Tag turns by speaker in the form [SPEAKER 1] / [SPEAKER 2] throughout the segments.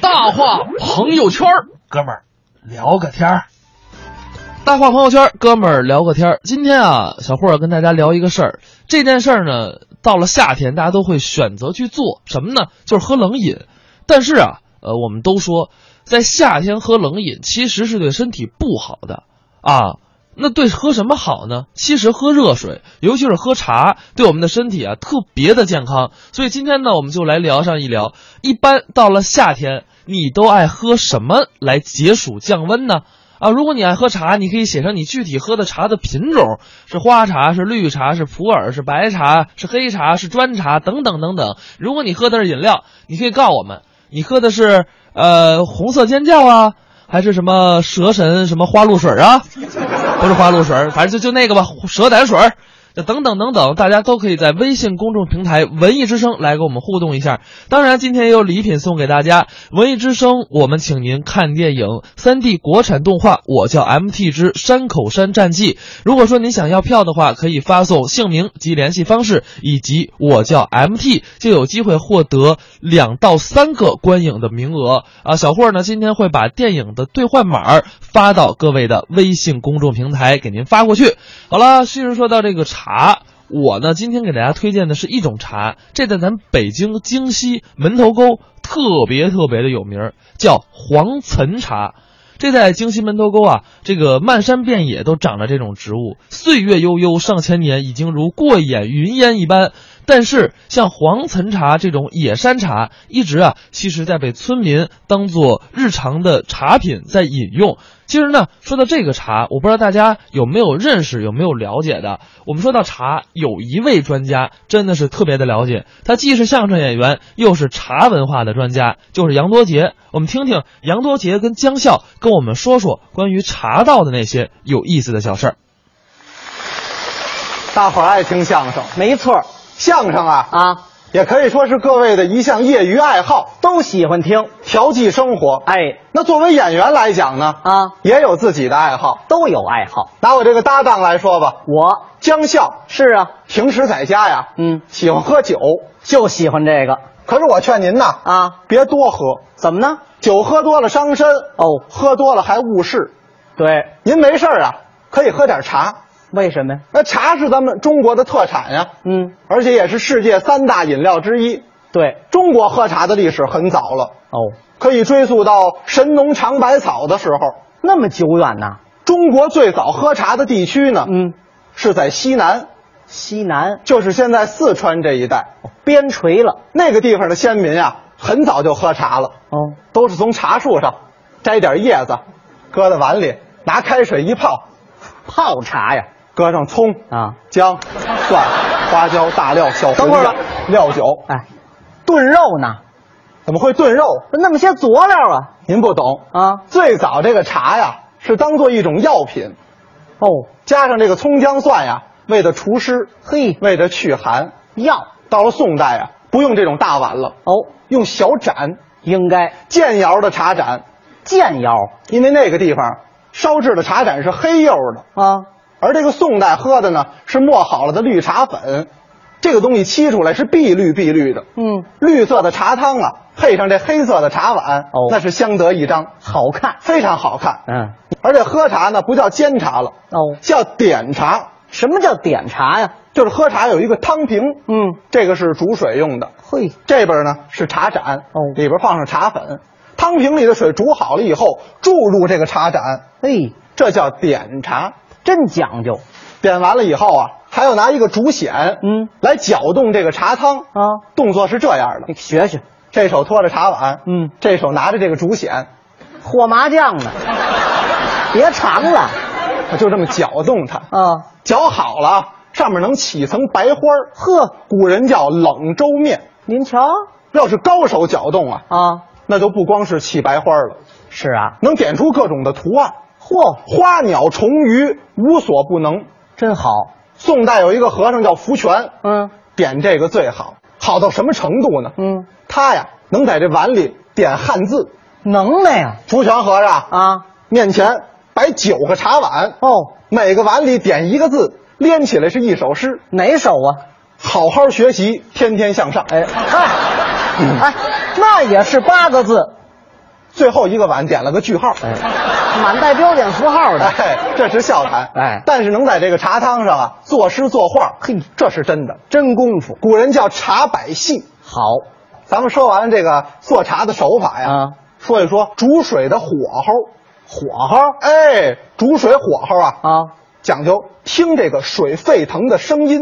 [SPEAKER 1] 大话朋友圈儿，
[SPEAKER 2] 哥们儿，聊个天儿。
[SPEAKER 1] 大话朋友圈儿，哥们儿聊个天儿。今天啊，小霍儿跟大家聊一个事儿。这件事儿呢，到了夏天，大家都会选择去做什么呢？就是喝冷饮。但是啊，呃，我们都说，在夏天喝冷饮其实是对身体不好的啊。那对喝什么好呢？其实喝热水，尤其是喝茶，对我们的身体啊特别的健康。所以今天呢，我们就来聊上一聊，一般到了夏天，你都爱喝什么来解暑降温呢？啊，如果你爱喝茶，你可以写上你具体喝的茶的品种，是花茶、是绿茶、是普洱、是白茶、是黑茶、是砖茶等等等等。如果你喝的是饮料，你可以告我们，你喝的是呃红色尖叫啊，还是什么蛇神什么花露水啊？ 不是花露水儿，反正就就那个吧，蛇胆水儿。就等等等等，大家都可以在微信公众平台“文艺之声”来跟我们互动一下。当然，今天也有礼品送给大家。文艺之声，我们请您看电影三 D 国产动画《我叫 MT 之山口山战记》。如果说您想要票的话，可以发送姓名及联系方式以及“我叫 MT”，就有机会获得两到三个观影的名额啊！小霍呢，今天会把电影的兑换码儿发到各位的微信公众平台给您发过去。好了，叙事说到这个茶，我呢今天给大家推荐的是一种茶，这在咱北京京西门头沟特别特别的有名儿，叫黄岑茶。这在京西门头沟啊，这个漫山遍野都长着这种植物，岁月悠悠上千年，已经如过眼云烟一般。但是像黄岑茶这种野山茶，一直啊，其实在被村民当做日常的茶品在饮用。其实呢，说到这个茶，我不知道大家有没有认识，有没有了解的。我们说到茶，有一位专家真的是特别的了解，他既是相声演员，又是茶文化的专家，就是杨多杰。我们听听杨多杰跟姜笑跟我们说说关于茶道的那些有意思的小事儿。
[SPEAKER 3] 大伙儿爱听相声，
[SPEAKER 4] 没错儿
[SPEAKER 3] 相声啊
[SPEAKER 4] 啊，
[SPEAKER 3] 也可以说是各位的一项业余爱好，
[SPEAKER 4] 都喜欢听。
[SPEAKER 3] 调剂生活。
[SPEAKER 4] 哎，
[SPEAKER 3] 那作为演员来讲呢，
[SPEAKER 4] 啊
[SPEAKER 3] 也有自己的爱好。
[SPEAKER 4] 都有爱好。
[SPEAKER 3] 拿我这个搭档来说吧，
[SPEAKER 4] 我
[SPEAKER 3] 姜笑
[SPEAKER 4] 是啊，
[SPEAKER 3] 平时在家呀，
[SPEAKER 4] 嗯
[SPEAKER 3] 喜欢喝酒。
[SPEAKER 4] 就喜欢这个
[SPEAKER 3] 可是我劝您呐，
[SPEAKER 4] 啊。
[SPEAKER 3] 别多喝，
[SPEAKER 4] 怎么呢？
[SPEAKER 3] 酒喝多了伤身，
[SPEAKER 4] 哦，
[SPEAKER 3] 喝多了还误事。
[SPEAKER 4] 对，
[SPEAKER 3] 您没事儿啊，可以喝点茶。
[SPEAKER 4] 为什么呀？
[SPEAKER 3] 那茶是咱们中国的特产呀，
[SPEAKER 4] 嗯，
[SPEAKER 3] 而且也是世界三大饮料之一。
[SPEAKER 4] 对，
[SPEAKER 3] 中国喝茶的历史很早了。
[SPEAKER 4] 哦，
[SPEAKER 3] 可以追溯到神农尝百草的时候。
[SPEAKER 4] 那么久远呐。
[SPEAKER 3] 中国最早喝茶的地区呢，
[SPEAKER 4] 嗯，
[SPEAKER 3] 是在西南，
[SPEAKER 4] 西南
[SPEAKER 3] 就是现在四川这一带。
[SPEAKER 4] 边陲了。
[SPEAKER 3] 那个地方的先民啊，很早就喝茶了，
[SPEAKER 4] 哦，
[SPEAKER 3] 都是从茶树上摘点叶子，搁在碗里，拿开水一泡，
[SPEAKER 4] 泡茶呀。
[SPEAKER 3] 搁上葱、
[SPEAKER 4] 啊，
[SPEAKER 3] 姜、蒜、花椒、大料、小
[SPEAKER 4] 等会儿
[SPEAKER 3] 料
[SPEAKER 4] 了、
[SPEAKER 3] 料酒，
[SPEAKER 4] 哎，炖肉呢？
[SPEAKER 3] 怎么会炖肉？
[SPEAKER 4] 那么些佐料啊
[SPEAKER 3] 您不懂。
[SPEAKER 4] 啊。
[SPEAKER 3] 最早这个茶呀，是当做一种药品，
[SPEAKER 4] 哦，
[SPEAKER 3] 加上这个葱姜蒜呀，为的除湿。
[SPEAKER 4] 嘿，
[SPEAKER 3] 为着去寒。
[SPEAKER 4] 药
[SPEAKER 3] 到了宋代啊，不用这种大碗了，
[SPEAKER 4] 哦，
[SPEAKER 3] 用小盏、
[SPEAKER 4] 应该
[SPEAKER 3] 建窑的茶盏，
[SPEAKER 4] 煎药
[SPEAKER 3] 因为那个地方烧制的茶盏是黑釉的，
[SPEAKER 4] 啊。
[SPEAKER 3] 而这个宋代喝的呢是磨好了的绿茶粉，这个东西沏出来是碧绿碧绿的，
[SPEAKER 4] 嗯，
[SPEAKER 3] 绿色的茶汤啊，配上这黑色的茶碗，
[SPEAKER 4] 哦
[SPEAKER 3] 那是相得益彰，
[SPEAKER 4] 好看。
[SPEAKER 3] 非常好看。
[SPEAKER 4] 嗯，
[SPEAKER 3] 而且喝茶呢不叫煎茶了，
[SPEAKER 4] 哦，
[SPEAKER 3] 叫点茶，
[SPEAKER 4] 什么叫点茶呀？
[SPEAKER 3] 就是喝茶有一个汤瓶，
[SPEAKER 4] 嗯，
[SPEAKER 3] 这个是煮水用的。
[SPEAKER 4] 嘿，
[SPEAKER 3] 这边呢是茶盏，
[SPEAKER 4] 哦
[SPEAKER 3] 里边放上茶粉，汤瓶里的水煮好了以后注入这个茶盏，
[SPEAKER 4] 嘿，
[SPEAKER 3] 这叫点茶。
[SPEAKER 4] 真讲究
[SPEAKER 3] 点完了以后啊，还要拿一个竹筅，
[SPEAKER 4] 嗯，
[SPEAKER 3] 来搅动这个茶汤。
[SPEAKER 4] 啊！
[SPEAKER 3] 动作是这样的
[SPEAKER 4] 你，学学，
[SPEAKER 3] 这手托着茶碗，
[SPEAKER 4] 嗯，
[SPEAKER 3] 这手拿着这个竹筅，
[SPEAKER 4] 和麻将呢，别尝了
[SPEAKER 3] 就这么搅动它。
[SPEAKER 4] 啊！
[SPEAKER 3] 搅好了啊，上面能起层白花儿
[SPEAKER 4] 呵，
[SPEAKER 3] 古人叫冷粥面。
[SPEAKER 4] 您瞧
[SPEAKER 3] 要是高手搅动啊，
[SPEAKER 4] 啊，
[SPEAKER 3] 那就不光是起白花儿了，
[SPEAKER 4] 是啊，
[SPEAKER 3] 能点出各种的图案。
[SPEAKER 4] 嚯，
[SPEAKER 3] 花鸟虫鱼无所不能。
[SPEAKER 4] 真好，
[SPEAKER 3] 宋代有一个和尚叫福全，
[SPEAKER 4] 嗯
[SPEAKER 3] 点这个最好，好到什么程度呢？
[SPEAKER 4] 嗯，
[SPEAKER 3] 他呀能在这碗里点汉字。
[SPEAKER 4] 能耐呀
[SPEAKER 3] 福全和尚
[SPEAKER 4] 啊！
[SPEAKER 3] 面前摆九个茶碗，
[SPEAKER 4] 哦，
[SPEAKER 3] 每个碗里点一个字，连起来是一首诗。
[SPEAKER 4] 哪手啊？
[SPEAKER 3] 好好学习，天天向上。哎
[SPEAKER 4] 哎嗨，哎，那也是八个字，
[SPEAKER 3] 最后一个碗点了个句号。
[SPEAKER 4] 哎，满带标点符号的，
[SPEAKER 3] 哎，这是笑谈。
[SPEAKER 4] 哎
[SPEAKER 3] 但是能在这个茶汤上啊作诗作画，嘿，这是真的。
[SPEAKER 4] 真功夫
[SPEAKER 3] 古人叫茶百戏。
[SPEAKER 4] 好。
[SPEAKER 3] 咱们说完了这个做茶的手法呀，
[SPEAKER 4] 啊
[SPEAKER 3] 说一说煮水的火候。
[SPEAKER 4] 火候
[SPEAKER 3] 哎，煮水火候啊，
[SPEAKER 4] 啊，
[SPEAKER 3] 讲究听这个水沸腾的声音。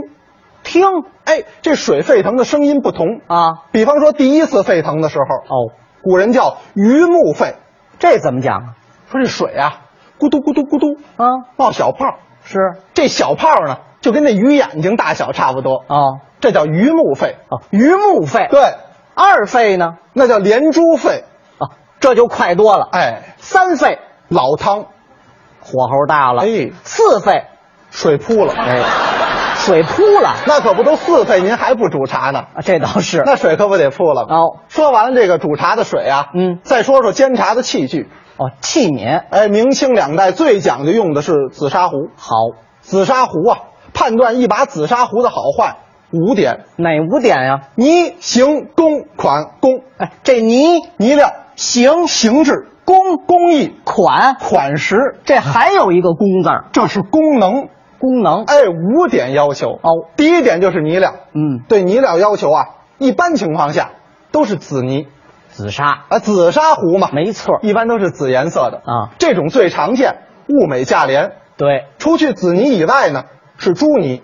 [SPEAKER 4] 听
[SPEAKER 3] 哎，这水沸腾的声音不同
[SPEAKER 4] 啊，
[SPEAKER 3] 比方说第一次沸腾的时候，
[SPEAKER 4] 哦，
[SPEAKER 3] 古人叫鱼目沸，
[SPEAKER 4] 这怎么讲啊？
[SPEAKER 3] 说这水啊咕嘟咕嘟咕嘟
[SPEAKER 4] 啊，
[SPEAKER 3] 冒小泡，
[SPEAKER 4] 是
[SPEAKER 3] 这小泡呢就跟那鱼眼睛大小差不多，
[SPEAKER 4] 哦，
[SPEAKER 3] 这叫鱼目沸。
[SPEAKER 4] 哦，榆木费，
[SPEAKER 3] 对，
[SPEAKER 4] 二费呢？
[SPEAKER 3] 那叫连珠沸。
[SPEAKER 4] 啊，这就快多了。
[SPEAKER 3] 哎，
[SPEAKER 4] 三费
[SPEAKER 3] 老汤，
[SPEAKER 4] 火候大了，
[SPEAKER 3] 哎
[SPEAKER 4] 四费，
[SPEAKER 3] 水扑了。
[SPEAKER 4] 哎，水扑了，
[SPEAKER 3] 那可不都四沸，您还不煮茶呢？
[SPEAKER 4] 啊，这倒是。
[SPEAKER 3] 那水可不得扑了吗
[SPEAKER 4] 哦
[SPEAKER 3] 说完了这个煮茶的水啊，
[SPEAKER 4] 嗯
[SPEAKER 3] 再说说煎茶的器具。
[SPEAKER 4] 哦，器皿
[SPEAKER 3] 哎，明清两代最讲究用的是紫砂壶。
[SPEAKER 4] 好，
[SPEAKER 3] 紫砂壶啊，判断一把紫砂壶的好坏五点：
[SPEAKER 4] 哪五点呀？
[SPEAKER 3] 泥、形、工、款、工。
[SPEAKER 4] 哎，这泥
[SPEAKER 3] 泥料、
[SPEAKER 4] 形
[SPEAKER 3] 形制、工工艺、
[SPEAKER 4] 款，
[SPEAKER 3] 款式，
[SPEAKER 4] 这还有一个工字儿，
[SPEAKER 3] 这是功能。
[SPEAKER 4] 功能。
[SPEAKER 3] 哎，五点要求
[SPEAKER 4] 哦
[SPEAKER 3] 第一点就是泥料，
[SPEAKER 4] 嗯，
[SPEAKER 3] 对泥料要求啊，一般情况下都是紫泥
[SPEAKER 4] 紫砂，
[SPEAKER 3] 啊，紫砂壶嘛，
[SPEAKER 4] 没错儿。
[SPEAKER 3] 一般都是紫颜色的
[SPEAKER 4] 啊
[SPEAKER 3] 这种最常见，物美价廉。
[SPEAKER 4] 对，
[SPEAKER 3] 除去紫泥以外呢，是朱泥，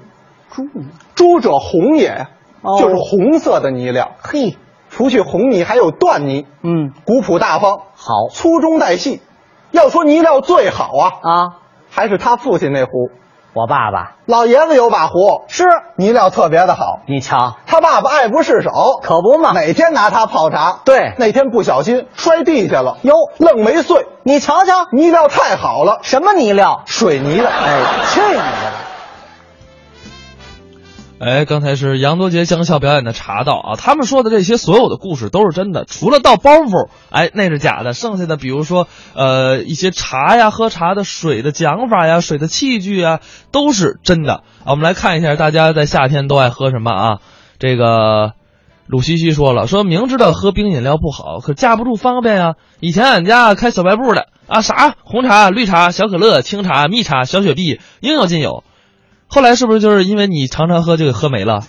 [SPEAKER 4] 猪泥。
[SPEAKER 3] 朱者红也呀，
[SPEAKER 4] 哦
[SPEAKER 3] 就是红色的泥料。
[SPEAKER 4] 嘿，
[SPEAKER 3] 除去红泥，还有缎泥，
[SPEAKER 4] 嗯，
[SPEAKER 3] 古朴大方，
[SPEAKER 4] 好
[SPEAKER 3] 粗中带细。要说泥料最好啊，
[SPEAKER 4] 啊，
[SPEAKER 3] 还是他父亲那壶，
[SPEAKER 4] 我爸爸
[SPEAKER 3] 老爷子有把壶，
[SPEAKER 4] 是，
[SPEAKER 3] 泥料特别的好。
[SPEAKER 4] 你瞧，
[SPEAKER 3] 他爸爸爱不释手，
[SPEAKER 4] 可不嘛。
[SPEAKER 3] 每天拿它泡茶。
[SPEAKER 4] 对
[SPEAKER 3] 那天不小心摔地下了，哟，愣没碎。
[SPEAKER 4] 你瞧瞧，
[SPEAKER 3] 泥料太好了，
[SPEAKER 4] 什么泥料？
[SPEAKER 3] 水泥的。
[SPEAKER 4] 哎，去你的吧！
[SPEAKER 1] 哎，刚才是杨多杰、江笑表演的茶道啊，他们说的这些所有的故事都是真的，除了倒包袱，哎，那是假的。剩下的比如说，呃，一些茶呀、喝茶的水的讲法呀、水的器具呀，都是真的啊。我们来看一下大家在夏天都爱喝什么啊？这个鲁西西说了，说明知道喝冰饮料不好，可架不住方便呀、以前俺家开小卖部的啊，啥红茶、绿茶、小可乐、清茶、蜜茶、小雪碧，应有尽有。后来是不是就是因为你常常喝就给喝没了，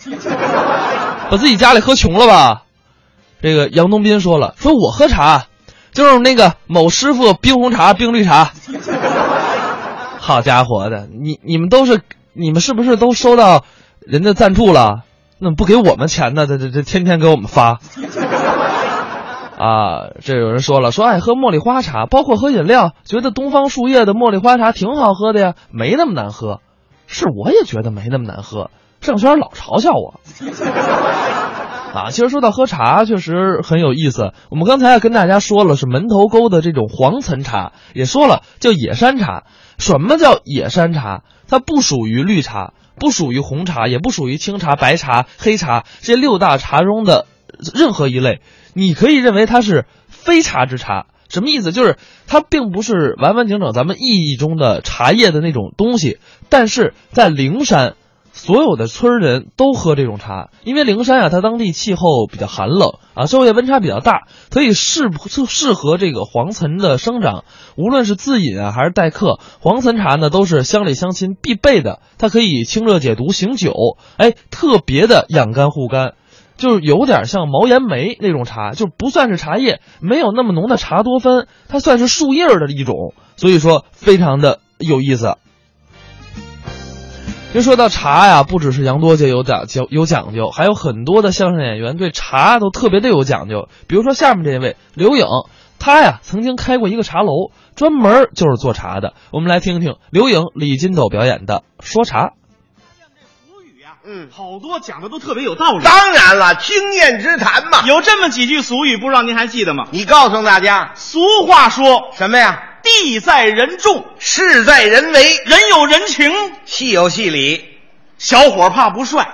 [SPEAKER 1] 把自己家里喝穷了吧？这个杨东斌说了，说我喝茶，就是那个某师傅冰红茶、冰绿茶。好家伙的，你你们都是你们是不是都收到人家赞助了？那不给我们钱呢？这这这天天给我们发。啊，这有人说了，说爱喝茉莉花茶，包括喝饮料，觉得东方树叶的茉莉花茶挺好喝的呀，没那么难喝。是我也觉得没那么难喝。郑轩老嘲笑我。 啊，其实说到喝茶，确实很有意思。我们刚才跟大家说了，是门头沟的这种黄岑茶，也说了叫野山茶。什么叫野山茶？它不属于绿茶，不属于红茶，也不属于清茶、白茶、黑茶这六大茶中的任何一类。你可以认为它是非茶之茶。什么意思？就是它并不是完完整整咱们意义中的茶叶的那种东西，但是在灵山，所有的村儿人都喝这种茶，因为灵山啊，它当地气候比较寒冷啊，昼夜温差比较大，所以适适适合这个黄岑的生长。无论是自饮啊，还是待客，黄岑茶呢都是乡里乡亲必备的，它可以清热解毒、醒酒，哎，特别的养肝护肝。就是有点像毛岩梅那种茶，就不算是茶叶，没有那么浓的茶多酚，它算是树叶儿的一种，所以说非常的有意思。啊其实说到茶呀，不只是杨多杰有讲究有讲究，还有很多的相声演员对茶都特别的有讲究。比如说下面这位刘颖，他呀曾经开过一个茶楼，专门就是做茶的。我们来听听刘颖、李金斗表演的说茶。
[SPEAKER 5] 古语呀、
[SPEAKER 6] 嗯
[SPEAKER 5] 好多讲的都特别有道理。
[SPEAKER 6] 当然了，经验之谈嘛。
[SPEAKER 5] 有这么几句俗语，不知道您还记得吗？
[SPEAKER 6] 你告诉大家
[SPEAKER 5] 俗话说
[SPEAKER 6] 什么呀？
[SPEAKER 5] “地在人重，
[SPEAKER 6] 事在人为，
[SPEAKER 5] 人有人情
[SPEAKER 6] 戏有戏理。”，
[SPEAKER 5] 小伙怕不帅，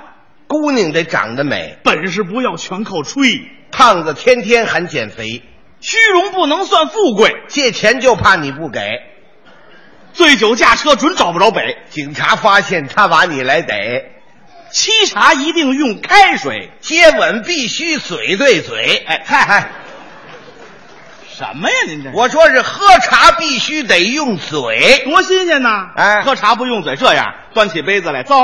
[SPEAKER 6] 姑娘得长得美，
[SPEAKER 5] 本事不要全靠吹，
[SPEAKER 6] 胖子天天喊减肥，
[SPEAKER 5] 虚荣不能算富贵，
[SPEAKER 6] 借钱就怕你不给，
[SPEAKER 5] 醉酒驾车准找不着北。
[SPEAKER 6] 警察发现他把你来逮。
[SPEAKER 5] 沏茶一定用开水，
[SPEAKER 6] 接吻必须嘴对嘴。
[SPEAKER 5] 哎嗨嗨，
[SPEAKER 7] 什么呀？您这
[SPEAKER 6] 我说是喝茶必须得用嘴，
[SPEAKER 7] 多新鲜呐！
[SPEAKER 6] 哎
[SPEAKER 7] 喝茶不用嘴，这样端起杯子来，走，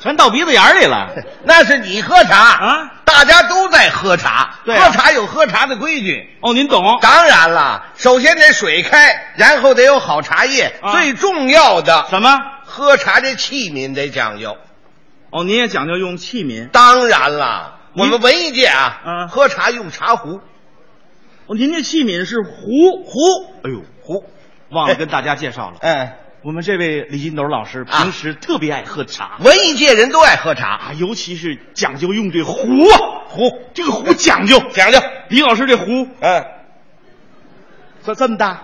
[SPEAKER 7] 全到鼻子眼儿里了。
[SPEAKER 6] 那是你喝茶
[SPEAKER 7] 啊，
[SPEAKER 6] 大家都在喝茶，
[SPEAKER 7] 对啊
[SPEAKER 6] 喝茶有喝茶的规矩。
[SPEAKER 7] 哦，您懂？
[SPEAKER 6] 当然了，首先得水开，然后得有好茶叶，
[SPEAKER 7] 啊
[SPEAKER 6] 最重要的，
[SPEAKER 7] 什么？
[SPEAKER 6] 喝茶这器皿得讲究。
[SPEAKER 7] 哦，您也讲究用器皿？
[SPEAKER 6] 当然了，我们
[SPEAKER 7] 您
[SPEAKER 6] 文艺界啊，
[SPEAKER 7] 嗯
[SPEAKER 6] 喝茶用茶壶，
[SPEAKER 7] 哦，您这器皿是 壶壶？哎呦，
[SPEAKER 6] 壶，
[SPEAKER 7] 忘了 跟大家介绍了。
[SPEAKER 6] 哎，
[SPEAKER 7] 我们这位李金斗老师
[SPEAKER 6] 啊
[SPEAKER 7] 平时特别爱喝茶
[SPEAKER 6] 文艺界人都爱喝茶，
[SPEAKER 7] 啊，尤其是讲究用这壶啊，壶这个壶讲究
[SPEAKER 6] 讲究，
[SPEAKER 7] 李老师这壶
[SPEAKER 6] 哎，
[SPEAKER 7] 这这么大，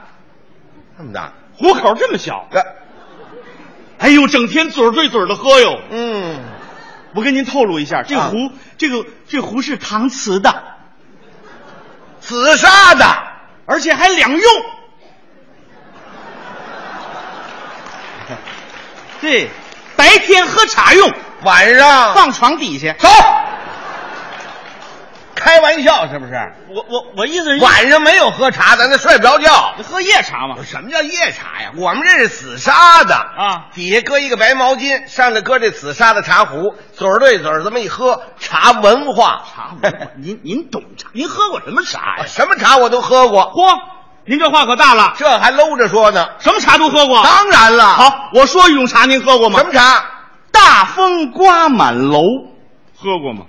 [SPEAKER 6] 这么大，
[SPEAKER 7] 壶口这么小，
[SPEAKER 6] 这，
[SPEAKER 7] 哎呦，整天嘴儿对嘴儿的喝哟。
[SPEAKER 6] 嗯，
[SPEAKER 7] 我跟您透露一下，这
[SPEAKER 6] 啊
[SPEAKER 7] 壶、这个这壶是搪瓷的，
[SPEAKER 6] 紫砂的，
[SPEAKER 7] 而且还 两用。对，白天喝茶用，
[SPEAKER 6] 晚上
[SPEAKER 7] 放床底下。
[SPEAKER 6] 走，开玩笑是不是？
[SPEAKER 7] 我我我意思是
[SPEAKER 6] 晚上没有喝茶，咱那睡不着觉。
[SPEAKER 7] 喝夜茶嘛。
[SPEAKER 6] 什么叫夜茶呀？我们这是紫砂的
[SPEAKER 7] 啊
[SPEAKER 6] 底下搁一个白毛巾，上头搁这紫砂的茶壶，嘴儿对嘴儿这么一喝，茶文化。啊
[SPEAKER 7] 茶文 化，您您懂茶？您喝过什么茶呀？
[SPEAKER 6] 什么茶我都喝过，
[SPEAKER 7] 嚯，您这话可大了，
[SPEAKER 6] 这还搂着说呢。
[SPEAKER 7] 什么茶都喝过。
[SPEAKER 6] 当然了，，
[SPEAKER 7] 好，我说一种茶，您喝过吗？
[SPEAKER 6] 什么？茶？
[SPEAKER 7] 大风刮满楼，喝过吗？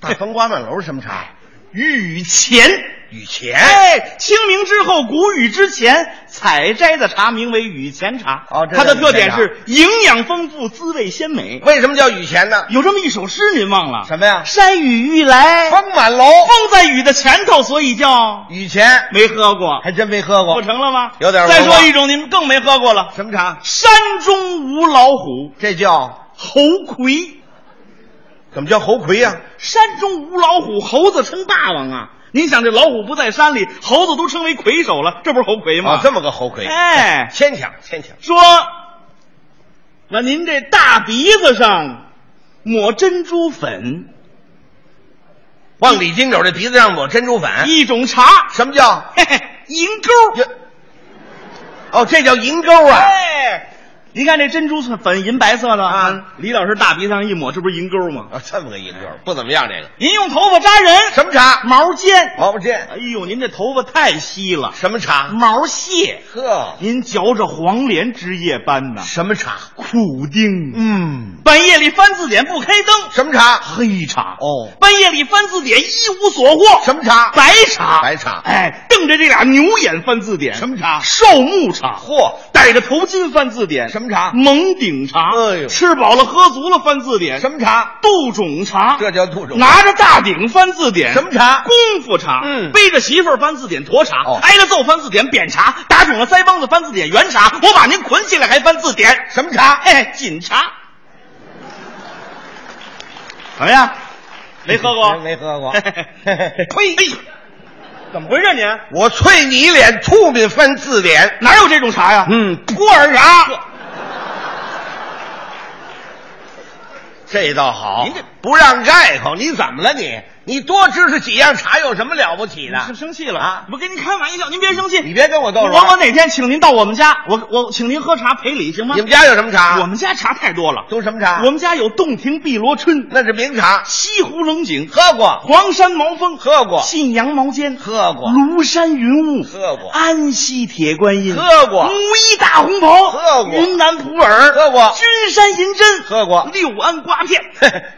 [SPEAKER 6] 大风刮满楼是什么茶？
[SPEAKER 7] 雨前，
[SPEAKER 6] 雨前。
[SPEAKER 7] 哎，清明之后，谷雨之前采摘的茶名为雨前茶。
[SPEAKER 6] 哦这叫
[SPEAKER 7] 它的特点
[SPEAKER 6] 雨前茶
[SPEAKER 7] 是营养丰富，滋味鲜美。
[SPEAKER 6] 为什么叫雨前呢？
[SPEAKER 7] 有这么一首诗，您忘了？
[SPEAKER 6] 什么呀哦
[SPEAKER 7] 山雨欲来，风
[SPEAKER 6] 风满楼，
[SPEAKER 7] 在雨的前头，所以叫
[SPEAKER 6] 雨前
[SPEAKER 7] 没喝过，
[SPEAKER 6] 还真没喝
[SPEAKER 7] 不
[SPEAKER 6] 过。
[SPEAKER 7] 成了吗？
[SPEAKER 6] 有点文化
[SPEAKER 7] 再说一种，您更没喝过了。
[SPEAKER 6] 什么茶？
[SPEAKER 7] 山中无老虎，
[SPEAKER 6] 这叫
[SPEAKER 7] 猴魁。
[SPEAKER 6] 怎么叫猴魁呀、
[SPEAKER 7] 山中无老虎，猴子称霸王啊！您想，这老虎不在山里，猴子都称为魁首了，这不是猴魁吗？
[SPEAKER 6] 哦，这么个猴魁，
[SPEAKER 7] 哎，
[SPEAKER 6] 牵强牵强。
[SPEAKER 7] 说，那您这大鼻子上抹珍珠粉，
[SPEAKER 6] 往李金斗这鼻子上抹珍珠粉，
[SPEAKER 7] 一种茶，
[SPEAKER 6] 什么叫？
[SPEAKER 7] 嘿嘿，银钩。
[SPEAKER 6] 这哦，这叫银钩啊！
[SPEAKER 7] 哎，您看这珍珠粉银白色的嗯
[SPEAKER 6] 啊，
[SPEAKER 7] 李老师大鼻子上一抹，这不是银钩吗？
[SPEAKER 6] 啊，这么个银钩，不怎么样。这个
[SPEAKER 7] 您用头发扎人，
[SPEAKER 6] 什么茶？
[SPEAKER 7] 毛尖。
[SPEAKER 6] 毛不见
[SPEAKER 7] 哎呦，您这头发太稀了，
[SPEAKER 6] 什么茶？
[SPEAKER 7] 毛屑。
[SPEAKER 6] 呵，
[SPEAKER 7] 您嚼着黄连之夜斑呐，
[SPEAKER 6] 什么茶？
[SPEAKER 7] 苦丁。
[SPEAKER 6] 嗯，
[SPEAKER 7] 半夜里翻字典不开灯，
[SPEAKER 6] 什么茶？
[SPEAKER 7] 黑茶
[SPEAKER 6] 哦
[SPEAKER 7] 半夜里翻字典一无所获，
[SPEAKER 6] 什么茶？
[SPEAKER 7] 白茶？
[SPEAKER 6] 白茶
[SPEAKER 7] 哎，瞪着这俩牛眼翻字典，
[SPEAKER 6] 什么茶
[SPEAKER 7] 寿木茶。
[SPEAKER 6] 嚯，
[SPEAKER 7] 戴着头巾翻字典，
[SPEAKER 6] 什么茶
[SPEAKER 7] 蒙顶茶。
[SPEAKER 6] 哎呦
[SPEAKER 7] 吃饱了喝足了翻字典，
[SPEAKER 6] 什么茶？
[SPEAKER 7] 杜仲茶。
[SPEAKER 6] 这叫杜仲
[SPEAKER 7] 拿着大鼎翻字典，
[SPEAKER 6] 什么茶
[SPEAKER 7] 功夫茶。
[SPEAKER 6] 嗯
[SPEAKER 7] 背着媳妇儿翻字典，沱茶。
[SPEAKER 6] 哦
[SPEAKER 7] 挨了揍翻字典，扁茶。打肿了腮帮子翻字典，圆茶。我把您捆起来还翻字典，
[SPEAKER 6] 什么茶？
[SPEAKER 7] 哎，锦茶。怎么样？没喝过？
[SPEAKER 6] 没没 喝过
[SPEAKER 7] 呸！哎呦，怎么回事您？
[SPEAKER 6] 我啐你一脸吐沫翻字典。
[SPEAKER 7] 哪有这种茶呀？
[SPEAKER 6] 嗯，
[SPEAKER 7] 普洱茶。
[SPEAKER 6] 这倒好，
[SPEAKER 7] 您这
[SPEAKER 6] 不让盖口，你怎么了你？你多知识几样茶有什么了不起的？
[SPEAKER 7] 生生气了
[SPEAKER 6] 啊！
[SPEAKER 7] 我跟您开玩笑，您别生气。
[SPEAKER 6] 你别跟我
[SPEAKER 7] 我
[SPEAKER 6] 逗着
[SPEAKER 7] 我哪天请您到我们家，我我请您喝茶赔礼行吗？
[SPEAKER 6] 你们家有什么茶？
[SPEAKER 7] 我们家茶太多了，
[SPEAKER 6] 都啊什么茶？
[SPEAKER 7] 我们家有洞庭碧螺春、
[SPEAKER 6] 那是名茶，
[SPEAKER 7] 西湖冷井、
[SPEAKER 6] 喝过，
[SPEAKER 7] 黄山毛峰、
[SPEAKER 6] 喝过，
[SPEAKER 7] 信阳毛尖、
[SPEAKER 6] 喝过，
[SPEAKER 7] 庐山云雾、
[SPEAKER 6] 喝过
[SPEAKER 7] 安溪铁观音、
[SPEAKER 6] 喝过
[SPEAKER 7] 木樨大红袍、
[SPEAKER 6] 喝过
[SPEAKER 7] 云南普洱、
[SPEAKER 6] 喝过
[SPEAKER 7] 君山银针、
[SPEAKER 6] 喝过
[SPEAKER 7] 六安瓜片，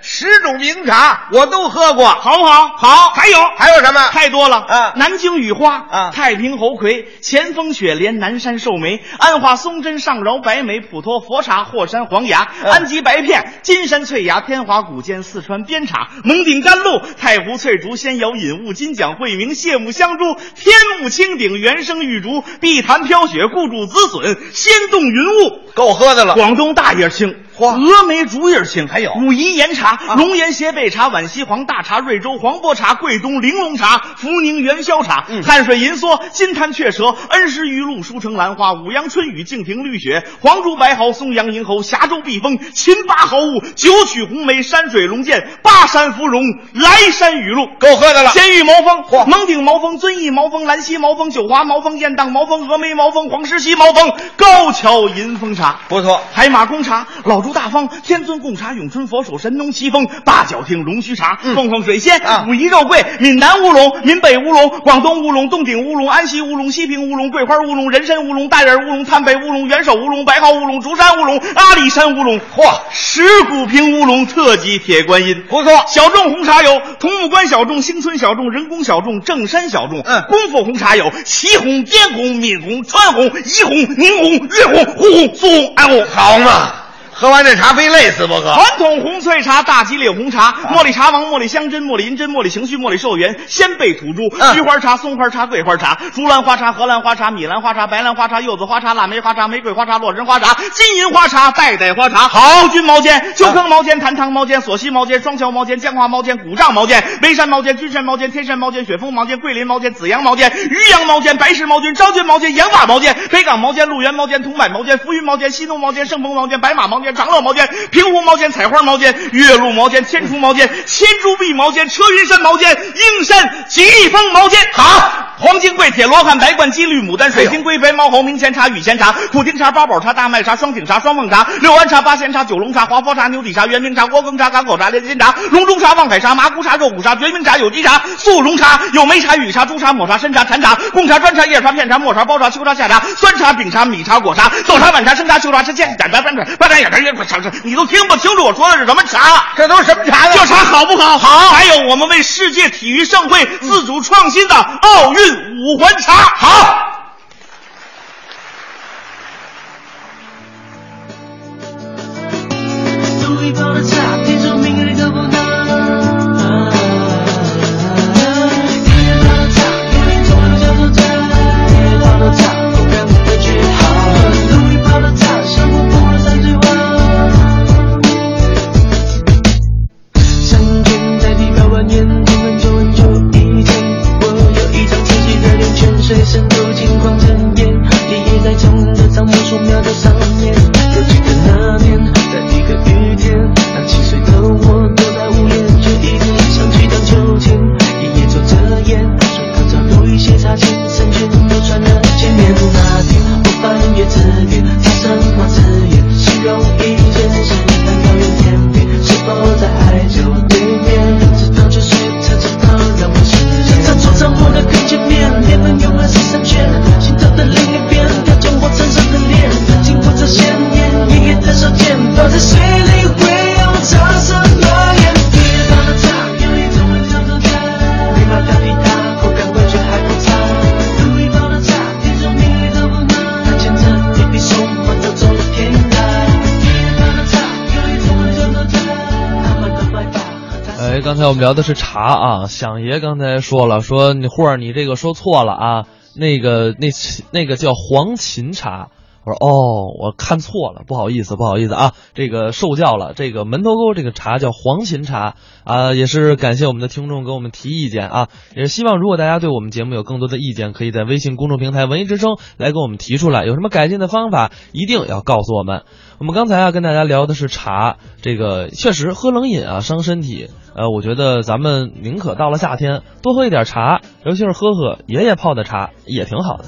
[SPEAKER 6] 十种名茶我都喝过。
[SPEAKER 7] 好不好？好，还有
[SPEAKER 6] 还有什么？
[SPEAKER 7] 太多了
[SPEAKER 6] 啊
[SPEAKER 7] 南京雨花
[SPEAKER 6] 啊
[SPEAKER 7] 太平猴魁、前锋雪莲、南山寿眉、安化松针、上饶白眉、普陀佛茶、霍山黄芽、
[SPEAKER 6] 嗯
[SPEAKER 7] 安吉白片、金山翠芽、天华古涧、四川边茶、蒙顶甘露、太湖翠竹、仙瑶引雾、金奖惠明、谢木香珠、天目青顶、原生玉竹、碧潭飘雪、顾主紫笋、仙动云雾。
[SPEAKER 6] 够喝的了。
[SPEAKER 7] 广东大叶青，
[SPEAKER 6] 嚯
[SPEAKER 7] 峨眉竹叶青，
[SPEAKER 6] 还有啊
[SPEAKER 7] 武夷岩茶、龙岩斜背茶、皖西黄大茶、瑞州黄柏茶、桂东玲珑茶、福宁元宵茶、
[SPEAKER 6] 嗯
[SPEAKER 7] 汉水银梭、金滩雀舌、恩施玉露、舒城兰花、五阳春雨、敬亭绿雪、黄竹白毫、松阳银猴、峡州碧峰、秦巴毫雾、九曲红梅、山水龙剑、巴山芙蓉、莱山雨露。
[SPEAKER 6] 够喝的了。
[SPEAKER 7] 监狱毛峰、蒙顶毛峰、遵义毛峰、兰溪毛峰、九华毛峰、雁荡毛峰、峨眉毛峰、黄石溪毛峰、高桥银峰茶、
[SPEAKER 6] 不错，
[SPEAKER 7] 海马公茶、老竹大方、天尊贡茶、永春佛手、神农奇峰、八角亭龙须茶、凤凰水仙、
[SPEAKER 6] 啊
[SPEAKER 7] 武夷肉桂、闽南乌龙、闽北乌龙、广东乌龙、洞顶乌龙、安溪乌龙、西平乌龙、桂花乌龙、人参乌龙、大眼乌龙、滩北乌龙、元首乌龙、白毫乌龙、竹山乌龙、阿里山乌龙。
[SPEAKER 6] 嚯
[SPEAKER 7] 石鼓坪乌龙特级铁观音，
[SPEAKER 6] 不错
[SPEAKER 7] 小众红茶有桐木关小众、兴村小众、人工小众、正山小众。
[SPEAKER 6] 嗯
[SPEAKER 7] 功夫红茶有祁红、滇红、闽红、川红、怡红、宁红、粤红、胡红、苏红、安红。
[SPEAKER 6] 好嘛，喝完这茶非累死不可。
[SPEAKER 7] 传统红翠茶、大吉岭红茶、茉莉茶王、茉莉香针、茉莉银针、茉莉情绪、茉莉寿元、鲜贝土珠、
[SPEAKER 6] 嗯
[SPEAKER 7] 菊花茶、松花茶、桂花茶、竹兰花茶、荷兰花茶、米兰花茶、白兰花茶、柚子花茶、腊梅花茶、玫瑰花茶、洛神花茶、金银花茶、代代花茶。好，军毛尖、旧坑毛尖、坛堂毛尖、索溪毛尖、双桥毛尖、江华毛尖、古丈毛尖、眉山毛尖、君山毛尖、天山毛尖、雪峰毛尖、桂林毛尖、紫阳毛尖、渔阳毛尖、白石毛尖、昭君毛尖、羊马毛尖、北港毛尖、鹿源毛尖、桐柏毛尖、浮云毛尖、西东毛尖、盛鹏毛尖、白马毛尖、长乐毛尖、平湖毛尖、采花毛尖、岳麓毛尖、天竺毛尖、千珠臂毛尖、车云山毛尖、英山吉利峰毛尖。好，黄金桂、铁罗汉、白冠鸡、绿牡丹、水晶龟、白毛猴、明前茶、雨前茶、苦丁茶、八宝茶、大麦茶、双井茶、双凤茶、六安茶、八仙茶、九龙茶、华佛茶、牛底茶、圆明茶、锅羹茶、港口茶、连心茶、龙中茶、望海茶、麻姑茶、肉骨茶、决明茶、有机茶、速溶茶、有梅茶、雨茶、朱茶、抹茶、参茶、禅茶、贡茶、砖茶、叶茶、片茶、末茶、包茶、秋茶、夏茶、酸茶、饼茶、米茶、果茶、豆茶、晚茶、生茶、秋茶、吃见盏茶、半盏、半盏、眼茶、叶茶、茶，你都听不清楚我说的是什么茶。
[SPEAKER 6] 这都是什么茶呢？
[SPEAKER 7] 这茶好不好？好。还有我们为世界体育盛会自主创新的奥运五环茶，好。
[SPEAKER 8] 独立包的茶，品尝名人的风采。看见他的茶，有一种人叫做真。看见他的茶，不敢不会去好。独立包的茶，像我不能三句话。山泉代替漂白烟，从很久很久以前，我有一张清晰的脸，泉水渗透金光成烟，你也在从这张莫数秒的上面。我记得那年，在一个雨天，那七岁的我躲在屋檐，却一直想去荡秋千。爷爷抽着烟，手刚上有一些擦肩，身裙都穿了前面。那天我翻阅字典，它什么字眼形容一件事？难道有天边？是否在海角对面？直到泉水它直到让我视线。他坐在我的更前面，脸们用了是三圈，心跳的另一边，跳进我身上的脸，经过这鲜艳，爷爷的手剑，倒在水里会让我擦什么眼？滴答的茶，有一种味叫做甜，你把它滴答，口感味觉还不差。独一包的茶，品种名利的温暖，它牵着一匹松花的走入天涯。滴答的茶，有一种味叫做甜，他们的白发和他。
[SPEAKER 1] 哎，刚才我们聊的是茶啊，响爷刚才说了，说你霍儿你这个说错了啊，那个那那个叫黄芩茶。我说哦，我看错了，不好意思，不好意思啊，这个受教了。这个门头沟这个茶叫黄芩茶啊，也是感谢我们的听众给我们提意见啊，也是希望如果大家对我们节目有更多的意见，可以在微信公众平台“文艺之声”来给我们提出来，有什么改进的方法，一定要告诉我们。我们刚才啊跟大家聊的是茶，这个确实喝冷饮啊伤身体。呃，我觉得咱们宁可到了夏天多喝一点茶，尤其是喝喝爷爷泡的茶也挺好的。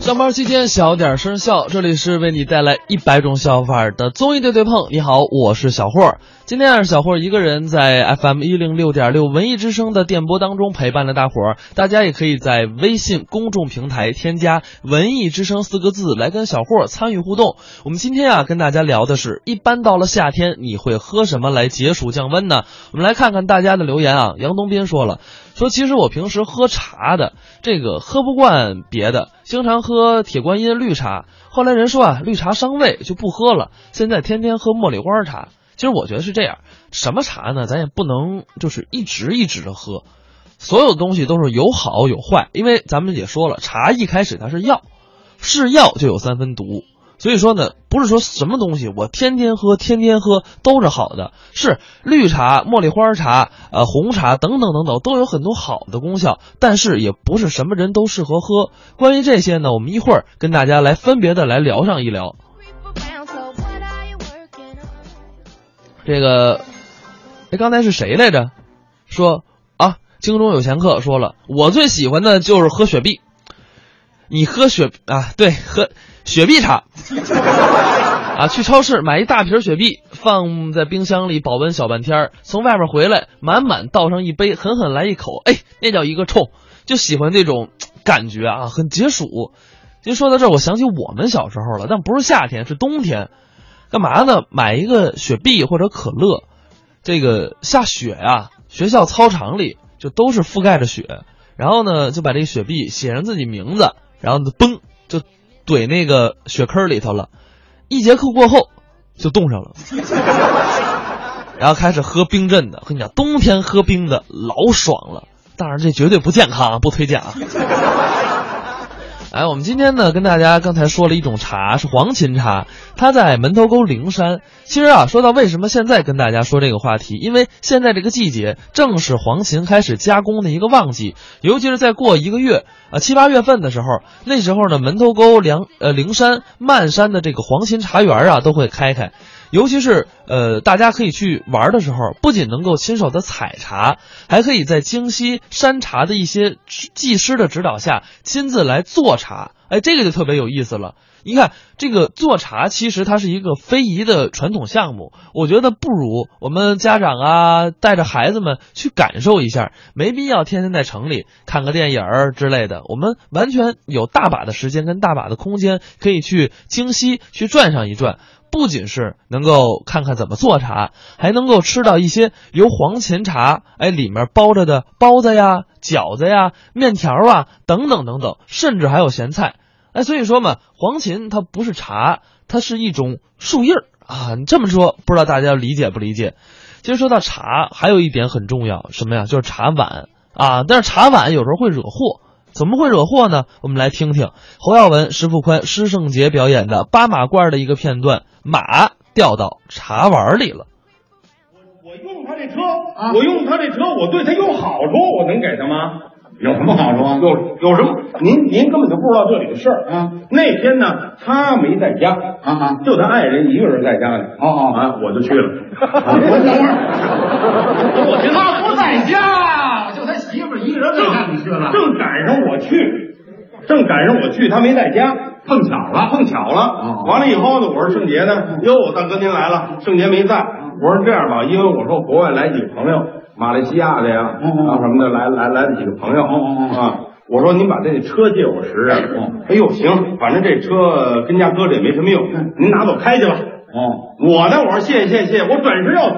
[SPEAKER 1] 上班期间小点声笑，这里是为你带来一百种笑法的综艺对对碰。你好，我是小霍儿。今天是小霍儿一个人在 FM 一零六点六文艺之声的电波当中陪伴了大伙儿。大家也可以在微信公众平台添加“文艺之声”四个字来跟小霍儿参与互动。我们今天啊跟大家聊的是一般到了夏天你会喝什么来解暑降温呢？我们来看看大家的留言啊。杨东斌说了，说其实我平时喝茶的，这个喝不惯别的，经常喝铁观音绿茶。后来人说啊，绿茶伤胃就不喝了，现在天天喝茉莉花茶。其实我觉得是这样，什么茶呢？咱也不能就是一直一直的喝，所有的东西都是有好有坏，因为咱们也说了，茶一开始它是药，是药就有三分毒。所以说呢，不是说什么东西我天天喝、天天喝都是好的，是绿茶、茉莉花茶、呃红茶等等等等都有很多好的功效，但是也不是什么人都适合喝。关于这些呢，我们一会儿跟大家来分别的来聊上一聊。这个，哎，刚才是谁来着？说啊，京中有闲客说了，我最喜欢的就是喝雪碧。你喝雪啊？对，喝雪碧茶。啊，去超市买一大瓶雪碧，放在冰箱里保温小半天儿，从外面回来满满倒上一杯，狠狠来一口，哎，那叫一个冲！就喜欢这种感觉啊，很解暑。您说到这儿，我想起我们小时候了，但不是夏天，是冬天。干嘛呢？买一个雪碧或者可乐。这个下雪呀、学校操场里就都是覆盖着雪，然后呢就把这个雪碧写上自己名字，然后呢嘣就怼那个雪坑里头了。一节课过后就冻上了，然后开始喝冰镇的。跟你讲，冬天喝冰的老爽了，当然这绝对不健康啊，不推荐啊。哎，我们今天呢，跟大家刚才说了一种茶，是黄芩茶，它在门头沟灵山。其实啊，说到为什么现在跟大家说这个话题，因为现在这个季节正是黄芩开始加工的一个旺季，尤其是在过一个月啊七八月份的时候，那时候呢，门头沟梁呃灵山漫山的这个黄芩茶园啊都会开开。尤其是呃，大家可以去玩的时候，不仅能够亲手的采茶，还可以在京西山茶的一些技师的指导下，亲自来做茶。哎，这个就特别有意思了。你看，这个做茶其实它是一个非遗的传统项目，我觉得不如我们家长啊带着孩子们去感受一下，没必要天天在城里看个电影儿之类的。我们完全有大把的时间跟大把的空间，可以去京西去转上一转。不仅是能够看看怎么做茶，还能够吃到一些由黄芩茶哎里面包着的包子呀、饺子呀、面条啊等等等等，甚至还有咸菜。哎，所以说嘛，黄芩它不是茶，它是一种树叶儿啊。你这么说，不知道大家理解不理解？其实说到茶，还有一点很重要，什么呀？就是茶碗啊。但是茶碗有时候会惹祸。怎么会惹祸呢？我们来听听侯耀文、石富宽、施圣杰表演的八马褂的一个片段，马掉到茶碗里了。
[SPEAKER 7] 我用他这车，
[SPEAKER 9] 啊
[SPEAKER 7] 我用他这车，我对他有好处，我能给他吗？有什么好处啊？有有什么？您您根本就不知道这里的事儿啊！那天呢，他没在家啊，就他爱人一个人在家呢。哦哦啊，我就去了。我等会儿，我去
[SPEAKER 9] 他不在家，就他媳妇儿一个人在家，你去了？
[SPEAKER 7] 正赶上我去，正赶上我去，他没在家，碰巧了，碰巧了。完了以后呢，我说圣杰呢，哟，大哥您来了，圣杰没在。我说这样吧，因为我说国外来几个朋友，马来西亚的呀，啊什么的，来来来了几个朋友啊。我说您把这车借我使使。哎呦，行，反正这车跟家搁着也没什么用，您拿走开去吧。嗯哦，我呢，我说谢谢谢谢，我转身要走，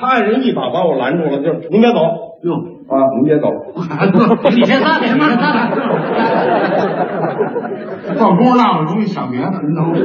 [SPEAKER 7] 他爱人一把把我拦住了，就是您别走，哟啊，您别走，
[SPEAKER 9] 你先擦，你先擦，擦
[SPEAKER 7] 到工夫大了，容易想别的，您等会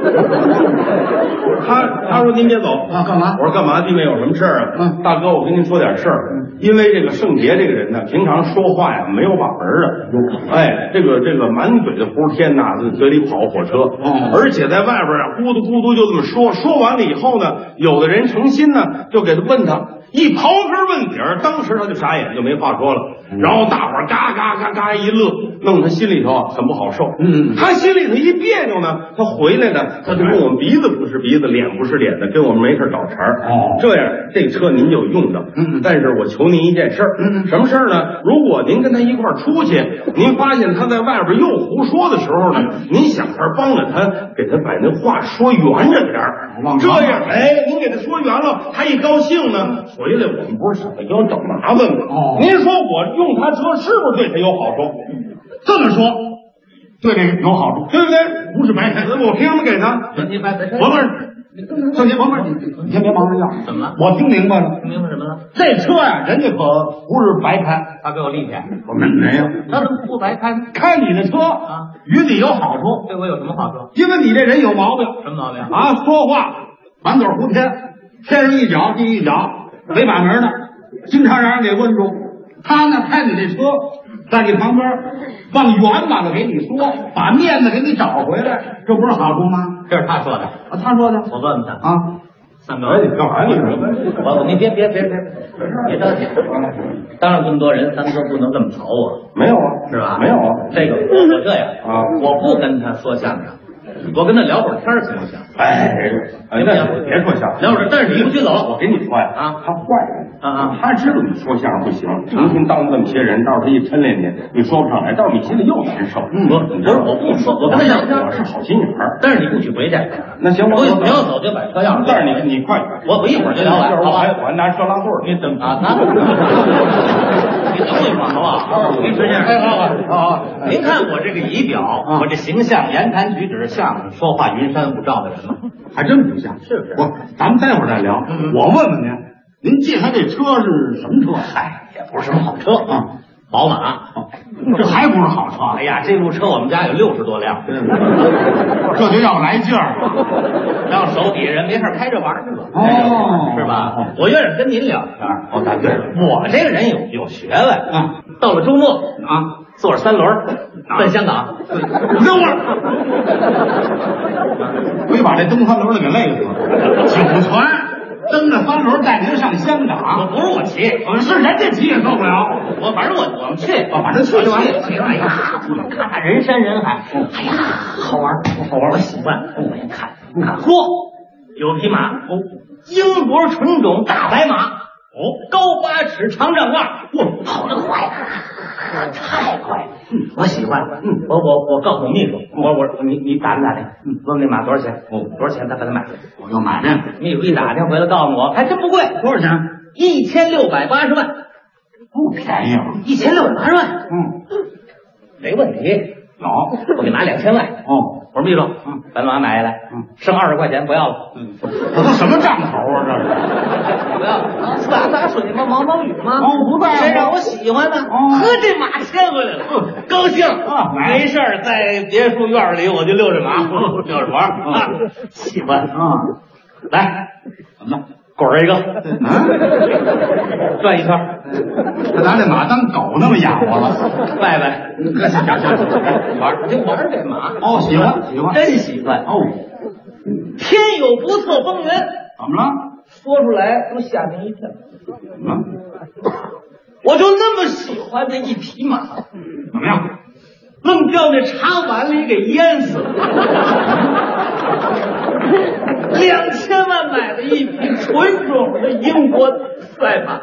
[SPEAKER 7] 他他说您别走啊，干嘛？我说干嘛？弟妹有什么事儿啊？大哥，我跟您说点事儿。因为这个圣杰这个人呢，平常说话呀没有把门儿的，哎，这个这个满嘴的胡天呐，嘴里跑火车，而且在外边啊咕嘟咕嘟就这么说，说完了以后呢，有的人诚心呢就给他问他。一刨根问底儿，当时他就傻眼，就没话说了。然后大伙儿嘎嘎嘎嘎一乐，弄他心里头啊很不好受。嗯，他心里头一别扭呢，他回来呢，他就跟我们鼻子不是鼻子，脸不是脸的，跟我们没事找茬儿。哦，这样这车您就用着。嗯，但是我求您一件事儿，什么事儿呢？如果您跟他一块儿出去，您发现他在外边又胡说的时候呢，您想法帮着他，给他把那话说圆着点儿。这样，哎，您给他说圆了，他一高兴呢，回来我们不是想给我找麻烦吗？哦，您说我用他车是不是对他有好处？这么说，对这有好处，对不对？不是白开，我凭什么给他？
[SPEAKER 9] 你把把
[SPEAKER 7] 王儿，圣杰，王儿，你你先别忙着要，
[SPEAKER 9] 怎么了？
[SPEAKER 7] 我听明白了，
[SPEAKER 9] 听明白什么了？
[SPEAKER 7] 这车呀、人家可不是白开，
[SPEAKER 9] 他给我立开，
[SPEAKER 7] 我们没有。
[SPEAKER 9] 他怎么不白开呢？
[SPEAKER 7] 开你的车
[SPEAKER 9] 啊，
[SPEAKER 7] 与你有好处，
[SPEAKER 9] 对我有什么好处？
[SPEAKER 7] 因为你这人有毛病
[SPEAKER 9] 什么毛病？
[SPEAKER 7] 啊，说话满嘴胡天，天上一脚地一脚，没把门呢，经常让人给问住。他呢开你这车在你旁边，往远点的给你说，把面子给你找回来，这不是好处吗？
[SPEAKER 4] 这是他说的，
[SPEAKER 7] 啊，他说的
[SPEAKER 4] 我问问他
[SPEAKER 7] 啊，
[SPEAKER 4] 三哥，
[SPEAKER 6] 哎，你干嘛你
[SPEAKER 4] 我我你别别别别别着急，当着这么多人，三哥不能这么跑我，
[SPEAKER 6] 没有啊，
[SPEAKER 4] 是吧？
[SPEAKER 6] 没有啊，
[SPEAKER 4] 这个我这样
[SPEAKER 6] 啊
[SPEAKER 4] 我不跟他说相声，我跟他聊会儿天儿行不行？
[SPEAKER 6] 哎，哎，那你别说相声，
[SPEAKER 4] 聊会儿，但是你不许
[SPEAKER 6] 我
[SPEAKER 4] 走
[SPEAKER 6] 跟你说呀，
[SPEAKER 4] 啊
[SPEAKER 6] 他坏人
[SPEAKER 4] 啊啊
[SPEAKER 6] 他知道你说相声不行，成天当着这么些人，到时候他一抻练你，你说不上来，到时候你心里又难受。
[SPEAKER 4] 嗯不
[SPEAKER 6] 你知道吗
[SPEAKER 4] 我不说我跟他聊天
[SPEAKER 6] 我是好心眼儿。
[SPEAKER 4] 但是你不许回去。
[SPEAKER 6] 那行我
[SPEAKER 4] 不
[SPEAKER 6] 我
[SPEAKER 4] 不要走就把车钥匙给我。
[SPEAKER 6] 但是你你快点，
[SPEAKER 4] 我我一会儿就聊完
[SPEAKER 6] 一会儿
[SPEAKER 4] 好
[SPEAKER 6] 我
[SPEAKER 4] 吧
[SPEAKER 6] 还我还拿车拉座儿，你等
[SPEAKER 4] 啊，那你等我一会儿好不好？你这样，哎，好好好，您看我这个仪表，我这形象、言谈举止像说话云山雾罩的人吗？
[SPEAKER 6] 还真不像，
[SPEAKER 4] 是不是
[SPEAKER 6] 我咱们待会儿再聊。我问问您，您借他这车是什么车？
[SPEAKER 4] 嗨，也不是什么好车啊，宝马。
[SPEAKER 7] 这还不是好车，
[SPEAKER 4] 哎呀，这路车我们家有六十多辆，
[SPEAKER 7] 这就要来劲儿了。
[SPEAKER 4] 让手底下人没事开这玩意儿去了，
[SPEAKER 7] 哦
[SPEAKER 4] 是吧？我愿意跟您聊天儿。
[SPEAKER 6] 哦，答对了。
[SPEAKER 4] 我这个人有有学问
[SPEAKER 7] 啊，
[SPEAKER 4] 到了周末啊，坐着三轮儿奔香港，
[SPEAKER 7] 等会儿，非把这蹬三轮的给累死了。九泉蹬着三轮带您上香
[SPEAKER 4] 我
[SPEAKER 7] 港，
[SPEAKER 4] 不是我骑，
[SPEAKER 7] 呃是人家骑也受不了。
[SPEAKER 4] 我反正我我们去，
[SPEAKER 7] 哦反正去就完了
[SPEAKER 4] 去哎呀，看看人山人海，哎呀，好玩儿，好玩儿，我喜欢。我一看，看，嚯，有匹马哦，英国纯种大白马哦，高八尺，长丈二，哇，跑得快啊，太快，嗯，我喜欢。嗯，我我我告诉我秘书，我我你你打听打听，嗯，问问那马多少钱？哦，多少钱？咱把它买回来。
[SPEAKER 7] 我就买这个，
[SPEAKER 4] 秘书一打听回来告诉我，还真不贵，
[SPEAKER 7] 多少钱？
[SPEAKER 4] 一千六百八十万。
[SPEAKER 7] 不便宜啊。
[SPEAKER 4] 一千六百八十万，
[SPEAKER 7] 嗯，
[SPEAKER 4] 没问题。
[SPEAKER 7] 有
[SPEAKER 4] 我给拿两千万。
[SPEAKER 7] 哦，
[SPEAKER 4] 我说秘书，嗯，把马买下来，嗯，剩二十块钱不要了，嗯，
[SPEAKER 7] 这都什么账头啊？这是
[SPEAKER 4] 不要了，啊洒洒水吗？毛毛雨吗？
[SPEAKER 7] 哦不在乎
[SPEAKER 4] 谁让我喜欢呢？
[SPEAKER 7] 哦
[SPEAKER 4] 呵，这马牵回来了，高兴
[SPEAKER 7] 啊来
[SPEAKER 4] 没事儿，在别墅院里我就溜着马， 溜着玩儿啊，
[SPEAKER 7] 嗯
[SPEAKER 4] 喜欢
[SPEAKER 7] 啊，
[SPEAKER 4] 来，
[SPEAKER 7] 怎么了？
[SPEAKER 4] 滚儿一个，
[SPEAKER 7] 嗯，
[SPEAKER 4] 转一圈儿，
[SPEAKER 7] 这拿这马当狗那么养活了。
[SPEAKER 4] 拜 拜，
[SPEAKER 7] 行行行
[SPEAKER 4] 玩儿就玩儿这马，
[SPEAKER 7] 哦，喜欢喜欢。
[SPEAKER 4] 真喜欢。
[SPEAKER 7] 哦，
[SPEAKER 4] 天有不测风云，
[SPEAKER 7] 怎么了？
[SPEAKER 4] 说出来都吓您一跳。
[SPEAKER 7] 怎么了？
[SPEAKER 4] 我就那么喜欢那一匹马，
[SPEAKER 7] 怎么样？
[SPEAKER 4] 愣掉那茶碗里给淹死了。两千万买了一匹纯种的英国赛马，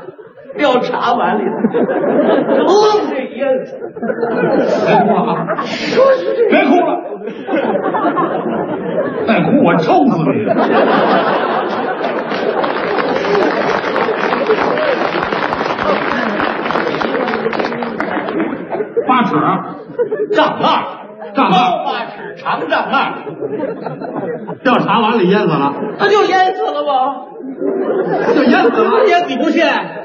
[SPEAKER 4] 掉茶碗里了，愣给淹死了。
[SPEAKER 7] 别哭了啊！别哭 了，再哭我抽死你！八尺，啊
[SPEAKER 4] 丈二，
[SPEAKER 7] 丈二
[SPEAKER 4] 高八尺，长丈二，
[SPEAKER 7] 掉茶碗里淹死了，
[SPEAKER 4] 他就淹死了吗？
[SPEAKER 7] 就淹死了。
[SPEAKER 4] 淹你不信？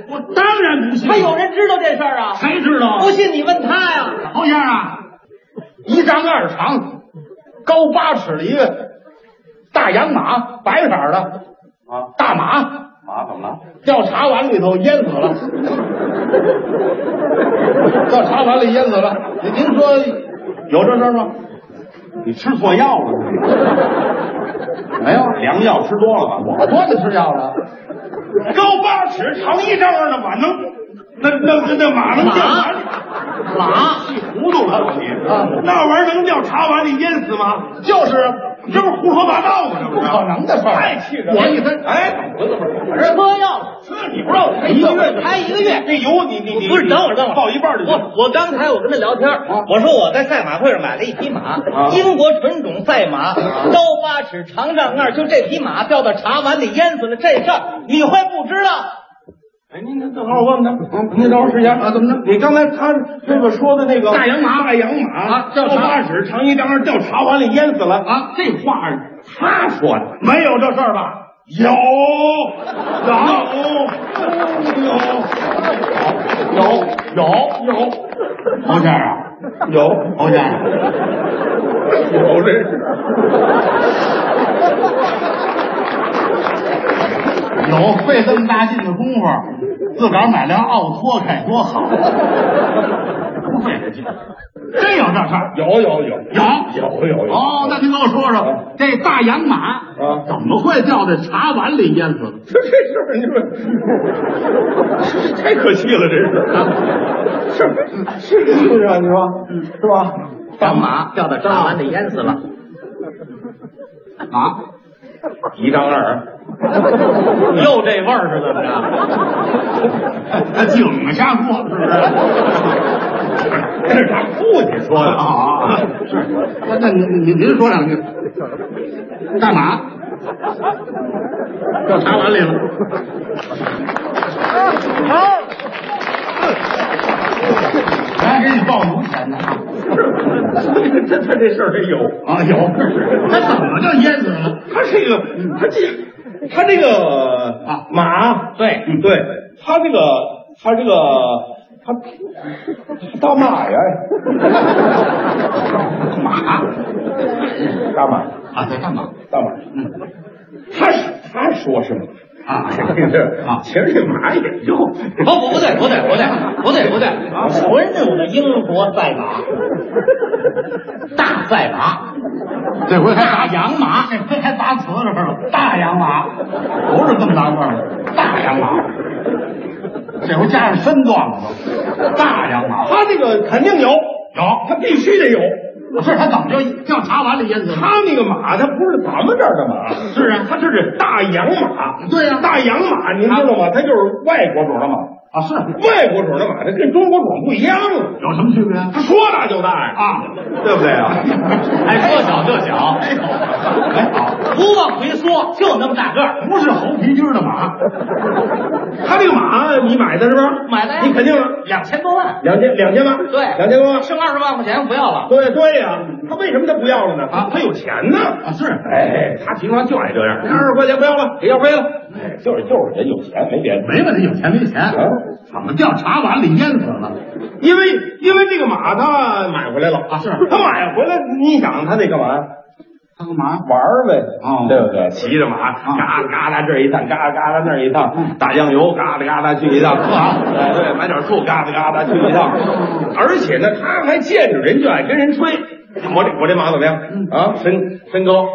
[SPEAKER 7] 我当然不信，
[SPEAKER 4] 还有人知道这事儿啊？
[SPEAKER 7] 谁知道？
[SPEAKER 4] 不信你问他呀。
[SPEAKER 7] 好样啊！一丈二长，高八尺的一个大洋马，白色儿的啊，大马
[SPEAKER 6] 马怎么了？
[SPEAKER 7] 掉茶碗里头淹死了，掉茶碗里淹死了。您您说有这事儿吗？
[SPEAKER 6] 你吃错药了是吗？没有，良药吃多了吧？
[SPEAKER 7] 我多的吃药了，
[SPEAKER 6] 高八尺，长一丈二的马能，那那那那马能掉碗里？
[SPEAKER 4] 马
[SPEAKER 6] 糊涂了吧你！那玩意儿能掉茶碗里淹死吗？就是，这不是胡说八道吗？这不
[SPEAKER 7] 不可能的事儿。
[SPEAKER 6] 太气人了！
[SPEAKER 7] 我一分
[SPEAKER 6] 哎，我怎么
[SPEAKER 4] 车钥匙，
[SPEAKER 6] 你不知道
[SPEAKER 4] 一个月开一个月。
[SPEAKER 6] 那油你你你
[SPEAKER 4] 不是，等会儿，等会儿，
[SPEAKER 6] 报一半就行。
[SPEAKER 4] 我我刚才我跟他聊天儿，我说我在赛马会上买了一匹马，英国纯种赛马，高八尺，长丈二，就这匹马掉到茶碗里淹死了这事儿，你会不知道？
[SPEAKER 6] 哎，您您等会儿我问问他，您等会儿时间啊？怎么着？你刚才他那个说的那个
[SPEAKER 7] 大洋马
[SPEAKER 6] 大洋马
[SPEAKER 7] 啊掉茶
[SPEAKER 6] 八尺，长一丈二，掉茶碗里淹死了啊！
[SPEAKER 7] 这话他说的，
[SPEAKER 6] 没有这事儿吧？有，有，有，有，有，有，
[SPEAKER 7] 侯先生啊，
[SPEAKER 6] 有，
[SPEAKER 7] 侯先生。
[SPEAKER 6] 有这是。
[SPEAKER 7] 有费这么大劲的功夫，
[SPEAKER 9] 自个儿买辆奥拓开多好。
[SPEAKER 10] 不费这劲，
[SPEAKER 9] 真有这事儿？
[SPEAKER 7] 有有有
[SPEAKER 9] 有
[SPEAKER 7] 有有有
[SPEAKER 9] 哦，那您跟我说说，这大洋马
[SPEAKER 7] 啊
[SPEAKER 9] 怎么会掉在茶碗里淹死的？
[SPEAKER 7] 这这事儿，你说太可气了，这是。
[SPEAKER 3] 是是不是啊？你说是吧？
[SPEAKER 10] 张马掉到张碗里淹死了。
[SPEAKER 9] 啊，
[SPEAKER 7] 一丈 二，
[SPEAKER 10] 又这味儿是怎么着？
[SPEAKER 9] 他井下过是不
[SPEAKER 7] 这是他父亲说
[SPEAKER 9] 是？
[SPEAKER 7] 的
[SPEAKER 9] 啊啊！是，那那您您您说两句，干嘛？掉茶碗里了。咱给你报油钱呢
[SPEAKER 7] 这他这事儿真 有。
[SPEAKER 9] 啊！有，他怎么就淹死了？
[SPEAKER 7] 他这个，他这，他这个
[SPEAKER 9] 啊
[SPEAKER 7] 马，
[SPEAKER 9] 对
[SPEAKER 7] 嗯对，他这个，他这个，他他大马呀，
[SPEAKER 9] 马
[SPEAKER 7] 大马，
[SPEAKER 9] 啊，在干嘛？
[SPEAKER 7] 大马，他他说什么？
[SPEAKER 9] 嗯啊
[SPEAKER 7] 这
[SPEAKER 9] 啊
[SPEAKER 7] 其实这马也就
[SPEAKER 10] 不不不对不对不对不对不对，纯正的英国赛马，大赛马，
[SPEAKER 9] 这回还
[SPEAKER 10] 大
[SPEAKER 9] 打
[SPEAKER 10] 洋马，
[SPEAKER 9] 这回还砸瓷实了，大洋马不是这么大个儿的，大洋马，这回加上身段了都，大洋马，
[SPEAKER 7] 他这个肯定有，
[SPEAKER 9] 有
[SPEAKER 7] 他必须得有。
[SPEAKER 9] 不是他怎么就掉茶碗里淹死了？
[SPEAKER 7] 他那个马，他不是咱们这儿的马，
[SPEAKER 9] 是啊
[SPEAKER 7] 他这是大洋马。
[SPEAKER 9] 对呀
[SPEAKER 7] 大洋马，您知道吗？它就是外国种的马，
[SPEAKER 9] 啊，是
[SPEAKER 7] 外国种的马，它跟中国种不一样啊。
[SPEAKER 9] 有什么区别啊？
[SPEAKER 7] 他说大就大呀，
[SPEAKER 9] 啊
[SPEAKER 7] 对不 对啊？哎
[SPEAKER 10] 哎，说小就小，
[SPEAKER 9] 哎
[SPEAKER 10] 不往回缩，就那么大个儿，
[SPEAKER 9] 不是猴皮筋儿的马，
[SPEAKER 7] 他这个马你买的是不是？
[SPEAKER 10] 买的呀
[SPEAKER 7] 你肯定啊
[SPEAKER 10] 两千多万，
[SPEAKER 7] 两千两千万，
[SPEAKER 10] 对
[SPEAKER 7] 两千多万。
[SPEAKER 10] 剩二十万块钱不要了。
[SPEAKER 7] 对对呀、他为什么他不要了呢？
[SPEAKER 9] 啊
[SPEAKER 7] 他有钱呢。啊
[SPEAKER 9] 是
[SPEAKER 7] 哎，他平常就爱这
[SPEAKER 10] 嗯
[SPEAKER 7] 样，二十块钱不要了，给要飞了。哎，就是就是人有钱没别的，
[SPEAKER 9] 没问题，有钱没钱
[SPEAKER 7] 啊，
[SPEAKER 9] 怎么掉茶碗里淹死了？
[SPEAKER 7] 因为因为这个马他买回来了
[SPEAKER 9] 啊是
[SPEAKER 7] 他买回来，你想他得干嘛？
[SPEAKER 9] 他干嘛？
[SPEAKER 7] 玩儿呗，
[SPEAKER 9] 哦
[SPEAKER 7] 啊对不对？嗯啊骑着马，嘎啦嘎啦这儿一趟，嘎啦嘎啦那儿一趟，打酱油，嘎啦嘎啦去一趟，啊，哎对，买点醋，嘎啦嘎啦去一趟，而且呢，他还见着人就爱跟人吹，我这我这马怎么样啊？身身高。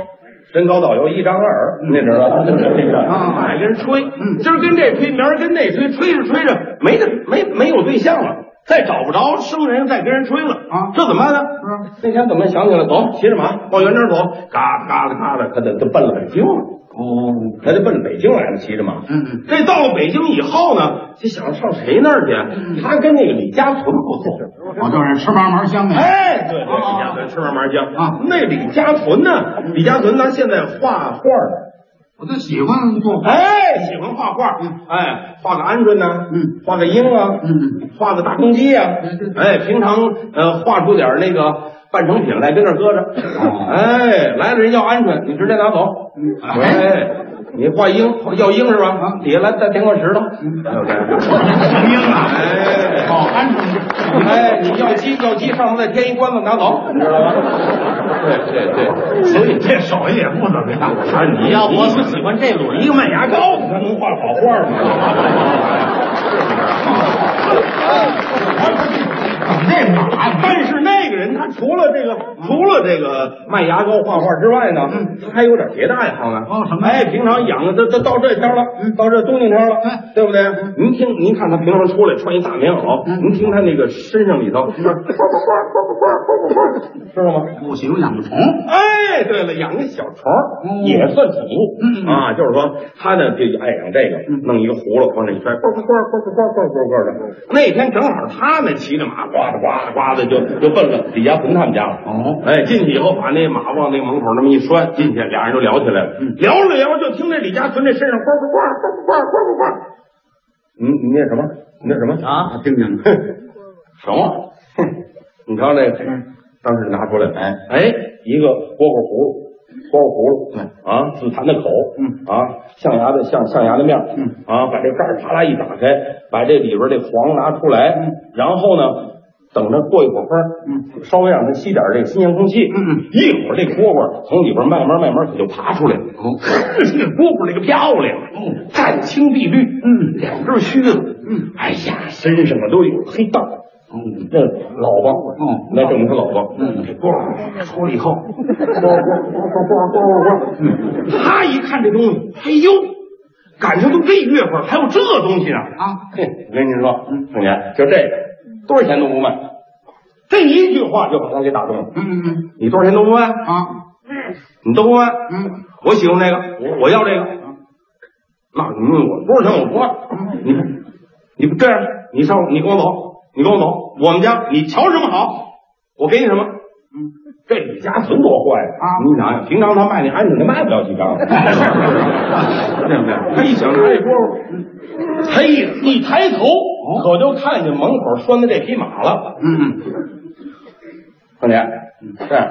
[SPEAKER 7] 身高到有一丈二，你知道嗯吧？就是这个，
[SPEAKER 9] 啊
[SPEAKER 7] 爱跟人吹，今儿跟这吹，明儿跟那吹，吹着吹着没得没没有对象了，再找不着生人，再跟人吹了
[SPEAKER 9] 啊
[SPEAKER 7] 这怎么办呢？嗯那天怎么想起来，走，骑着马往原点走，嘎啦嘎啦嘎啦，他得就奔了北京了，
[SPEAKER 9] 哦，
[SPEAKER 7] 他就奔北京来了，骑着马。
[SPEAKER 9] 嗯嗯，
[SPEAKER 7] 这到了北京以后呢，就想上谁那儿去？嗯哦他跟那个李嘉诚不错，
[SPEAKER 9] 我就是吃嘛嘛香的。
[SPEAKER 7] 哎，对对，
[SPEAKER 9] 哦哦
[SPEAKER 7] 李嘉诚吃嘛嘛香
[SPEAKER 9] 啊
[SPEAKER 7] 那李嘉存呢？李嘉存他现在画画呢。
[SPEAKER 9] 我就喜欢做饭。
[SPEAKER 7] 哎，喜欢画画，哎，画个鹌鹑呐，
[SPEAKER 9] 嗯，
[SPEAKER 7] 画个鹰啊，
[SPEAKER 9] 嗯，
[SPEAKER 7] 画个大公鸡呀、
[SPEAKER 9] 对对对
[SPEAKER 7] 哎，平常呃画出点那个半成品来跟那儿搁着，
[SPEAKER 9] 哦
[SPEAKER 7] 哎，来了人要鹌鹑，你直接拿走，
[SPEAKER 9] 嗯
[SPEAKER 7] 哎，你画鹰要鹰是吧？
[SPEAKER 9] 啊
[SPEAKER 7] 底下来再填块石头，
[SPEAKER 9] 成英嗯啊，
[SPEAKER 7] 哎
[SPEAKER 9] 哦，安全。
[SPEAKER 7] 哎，你要鸡要鸡上头再添一关子拿走，你知道吗？对对对，所以这手艺也不怎么样。啊，你
[SPEAKER 10] 要不是喜欢这路
[SPEAKER 7] 一个
[SPEAKER 10] 人，
[SPEAKER 7] 卖牙膏，他能画好画吗？
[SPEAKER 9] 这马
[SPEAKER 7] 但是那个人他除了这个，除了这个卖牙膏画画之外呢，他还有点别的爱好呢。
[SPEAKER 9] 哦什么
[SPEAKER 7] 哎，平常养的都都到这天了，到这冬天天了，对不对？您听，您看他平常出来穿一大棉袄，您听他那个身上里头， 知道吗？
[SPEAKER 9] 不喜欢养虫，
[SPEAKER 7] 哎，对了，养个小虫儿、
[SPEAKER 9] 嗯
[SPEAKER 7] 也算宠物、
[SPEAKER 9] 嗯嗯
[SPEAKER 7] 啊，就是说他呢就爱养这个，弄一个葫芦往那一摔，呱呱呱呱呱呱呱呱呱的。那天正好他呢骑着马，呱的呱的呱的就就奔了李家存他们家了。
[SPEAKER 9] 哦
[SPEAKER 7] 哎，进去以后把那马往那个门口那么一拴，进去俩人就聊起来了，聊着聊着就听这李家存这身上呱呱呱呱呱呱呱呱，你嗯你那什么？你那什么
[SPEAKER 10] 啊？
[SPEAKER 7] 听见 了？什么？嗯哼你瞧那个，当时拿出来，哎哎，一个蝈蝈葫芦，蝈蝈葫芦，啊，紫檀的口，嗯啊，象牙的象象牙的面，嗯啊，把这盖儿啪啦一打开，把这里边这黄拿出来，然后呢，等着过一会儿风，嗯，稍微让它吸点这个新鲜空气，嗯嗯，一会儿这蝈蝈从里边慢慢慢慢可就爬出来了，嗯，这蝈蝈那个漂亮，嗯，湛青碧绿，嗯，两根须子，嗯，哎呀，身上啊都有黑道，嗯，那老吧，嗯，那正是老吧，嗯，这蝈蝈出来以 后，嗯，他一看这东西，哎呦，赶上都这月份还有这东西呢啊！嗯嘿，我跟您说，凤姐，就这个多少钱都不卖，这一句话就把他给打动了。嗯嗯嗯，你多少钱都不卖啊？你都不卖？嗯，我喜欢这个，我我要这个。那你问我多少钱我不卖？你你不这样，你上你跟我走，你跟我走，我们家你瞧什么好，我给你什么。这李家存多坏嗯啊！你想想，平常他卖那鹌鹑，他卖不了几 张，对不对？他一想拿这锅，他一一抬头，可就看见门口拴的这匹马了。嗯，凤姐，这样，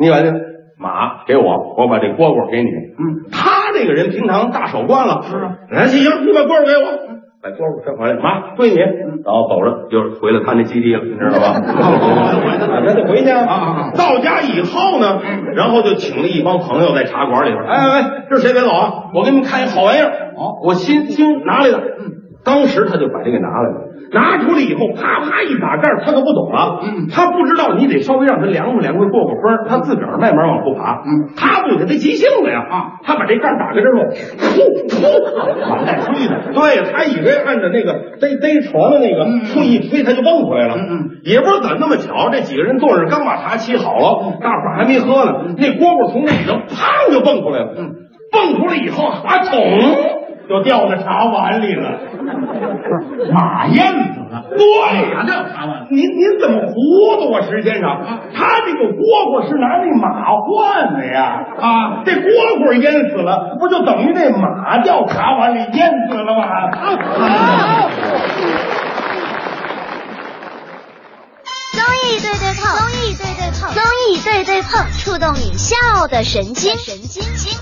[SPEAKER 7] 你把这马给我，我把这蝈蝈给你。嗯，他这个人平常大手惯了，是啊。哎，行，你把蝈蝈给我。把蝈蝈收回来，妈归你。然后走着，就是回了他那基地了，你知道吧？ 那就回去嗯啊。到家以后呢，然后就请了一帮朋友在茶馆里边，哎哎哎，这是谁别走啊？我给你们看一好玩意儿，我新新拿来的。当时他就把这个拿来了，拿出来以后，啪啪一打盖儿，他可不懂了，他不知道你得稍微让他凉快凉快过过风儿，他自个儿慢慢往后爬，他不行，他急性子呀，他把这盖儿打开之后，噗噗，往外吹的，对他以为按照那个逮逮床的那个冲一推，他就蹦回来了，也不知道怎么那么巧，这几个人坐着刚把茶沏好了，大伙儿还没喝呢，那蝈蝈从那里头砰就蹦出来了，蹦出来以后，啊捅。就掉到茶碗里了。马燕子了，对呀、这茶碗，您您怎么糊涂啊？时间上，他这个蝈蝈是拿那马换的呀，啊，这蝈蝈淹死了，不就等于那马掉茶碗里淹死了吗？啊
[SPEAKER 11] 综艺对对碰，综艺对对碰，综艺对对碰，触动你笑的神经，神经经。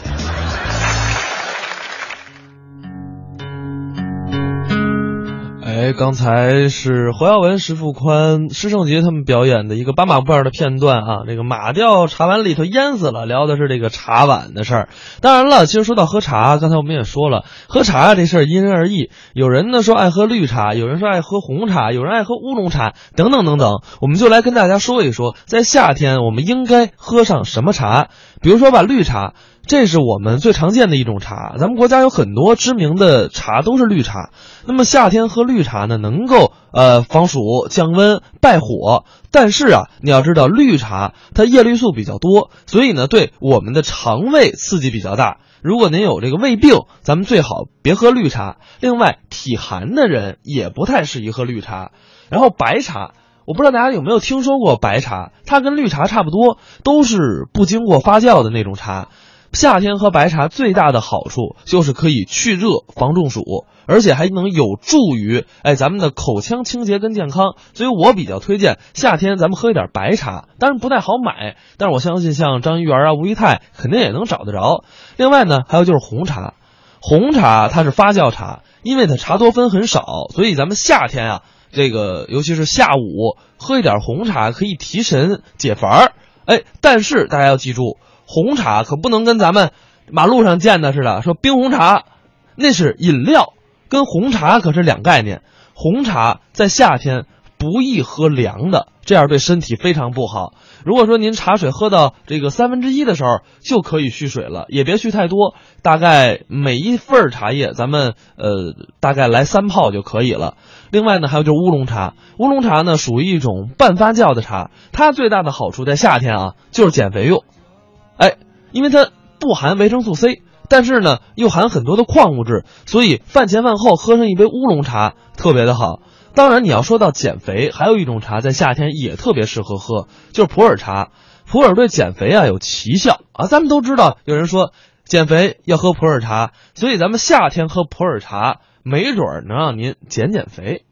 [SPEAKER 1] 哎，刚才是侯耀文、石富宽、施胜杰他们表演的一个八马褂的片段啊。这个马掉茶碗里头淹死了，聊的是这个茶碗的事儿。当然了，其实说到喝茶，刚才我们也说了，喝茶啊这事儿因人而异。有人呢说爱喝绿茶，有人说爱喝红茶，有人爱喝乌龙茶，等等等等。我们就来跟大家说一说，在夏天我们应该喝上什么茶。比如说吧，绿茶。这是我们最常见的一种茶，咱们国家有很多知名的茶都是绿茶。那么夏天喝绿茶呢，能够呃防暑、降温、败火。但是啊，你要知道绿茶它叶绿素比较多，所以呢对我们的肠胃刺激比较大。如果您有这个胃病，咱们最好别喝绿茶。另外，体寒的人也不太适宜喝绿茶。然后白茶。我不知道大家有没有听说过白茶，它跟绿茶差不多，都是不经过发酵的那种茶。夏天喝白茶最大的好处就是可以去热、防中暑，而且还能有助于哎咱们的口腔清洁跟健康。所以我比较推荐夏天咱们喝一点白茶，当然不太好买，但是我相信像张一元啊、吴裕泰肯定也能找得着。另外呢，还有就是红茶，红茶它是发酵茶，因为它茶多酚很少，所以咱们夏天啊，这个尤其是下午喝一点红茶可以提神解乏儿。哎，但是大家要记住。红茶可不能跟咱们马路上见的似的，说冰红茶，那是饮料，跟红茶可是两概念。红茶在夏天不宜喝凉的，这样对身体非常不好。如果说您茶水喝到这个三分之一的时候，就可以蓄水了，也别蓄太多，大概每一份儿茶叶咱们呃大概来三泡就可以了。另外呢，还有就是乌龙茶，乌龙茶呢属于一种半发酵的茶，它最大的好处在夏天啊就是减肥用。哎，因为它不含维生素 C，但是呢又含很多的矿物质，所以饭前饭后喝上一杯乌龙茶特别的好。当然，你要说到减肥，还有一种茶在夏天也特别适合喝，就是普洱茶。普洱对减肥啊有奇效啊，咱们都知道，有人说减肥要喝普洱茶，所以咱们夏天喝普洱茶，没准儿能让您减减肥。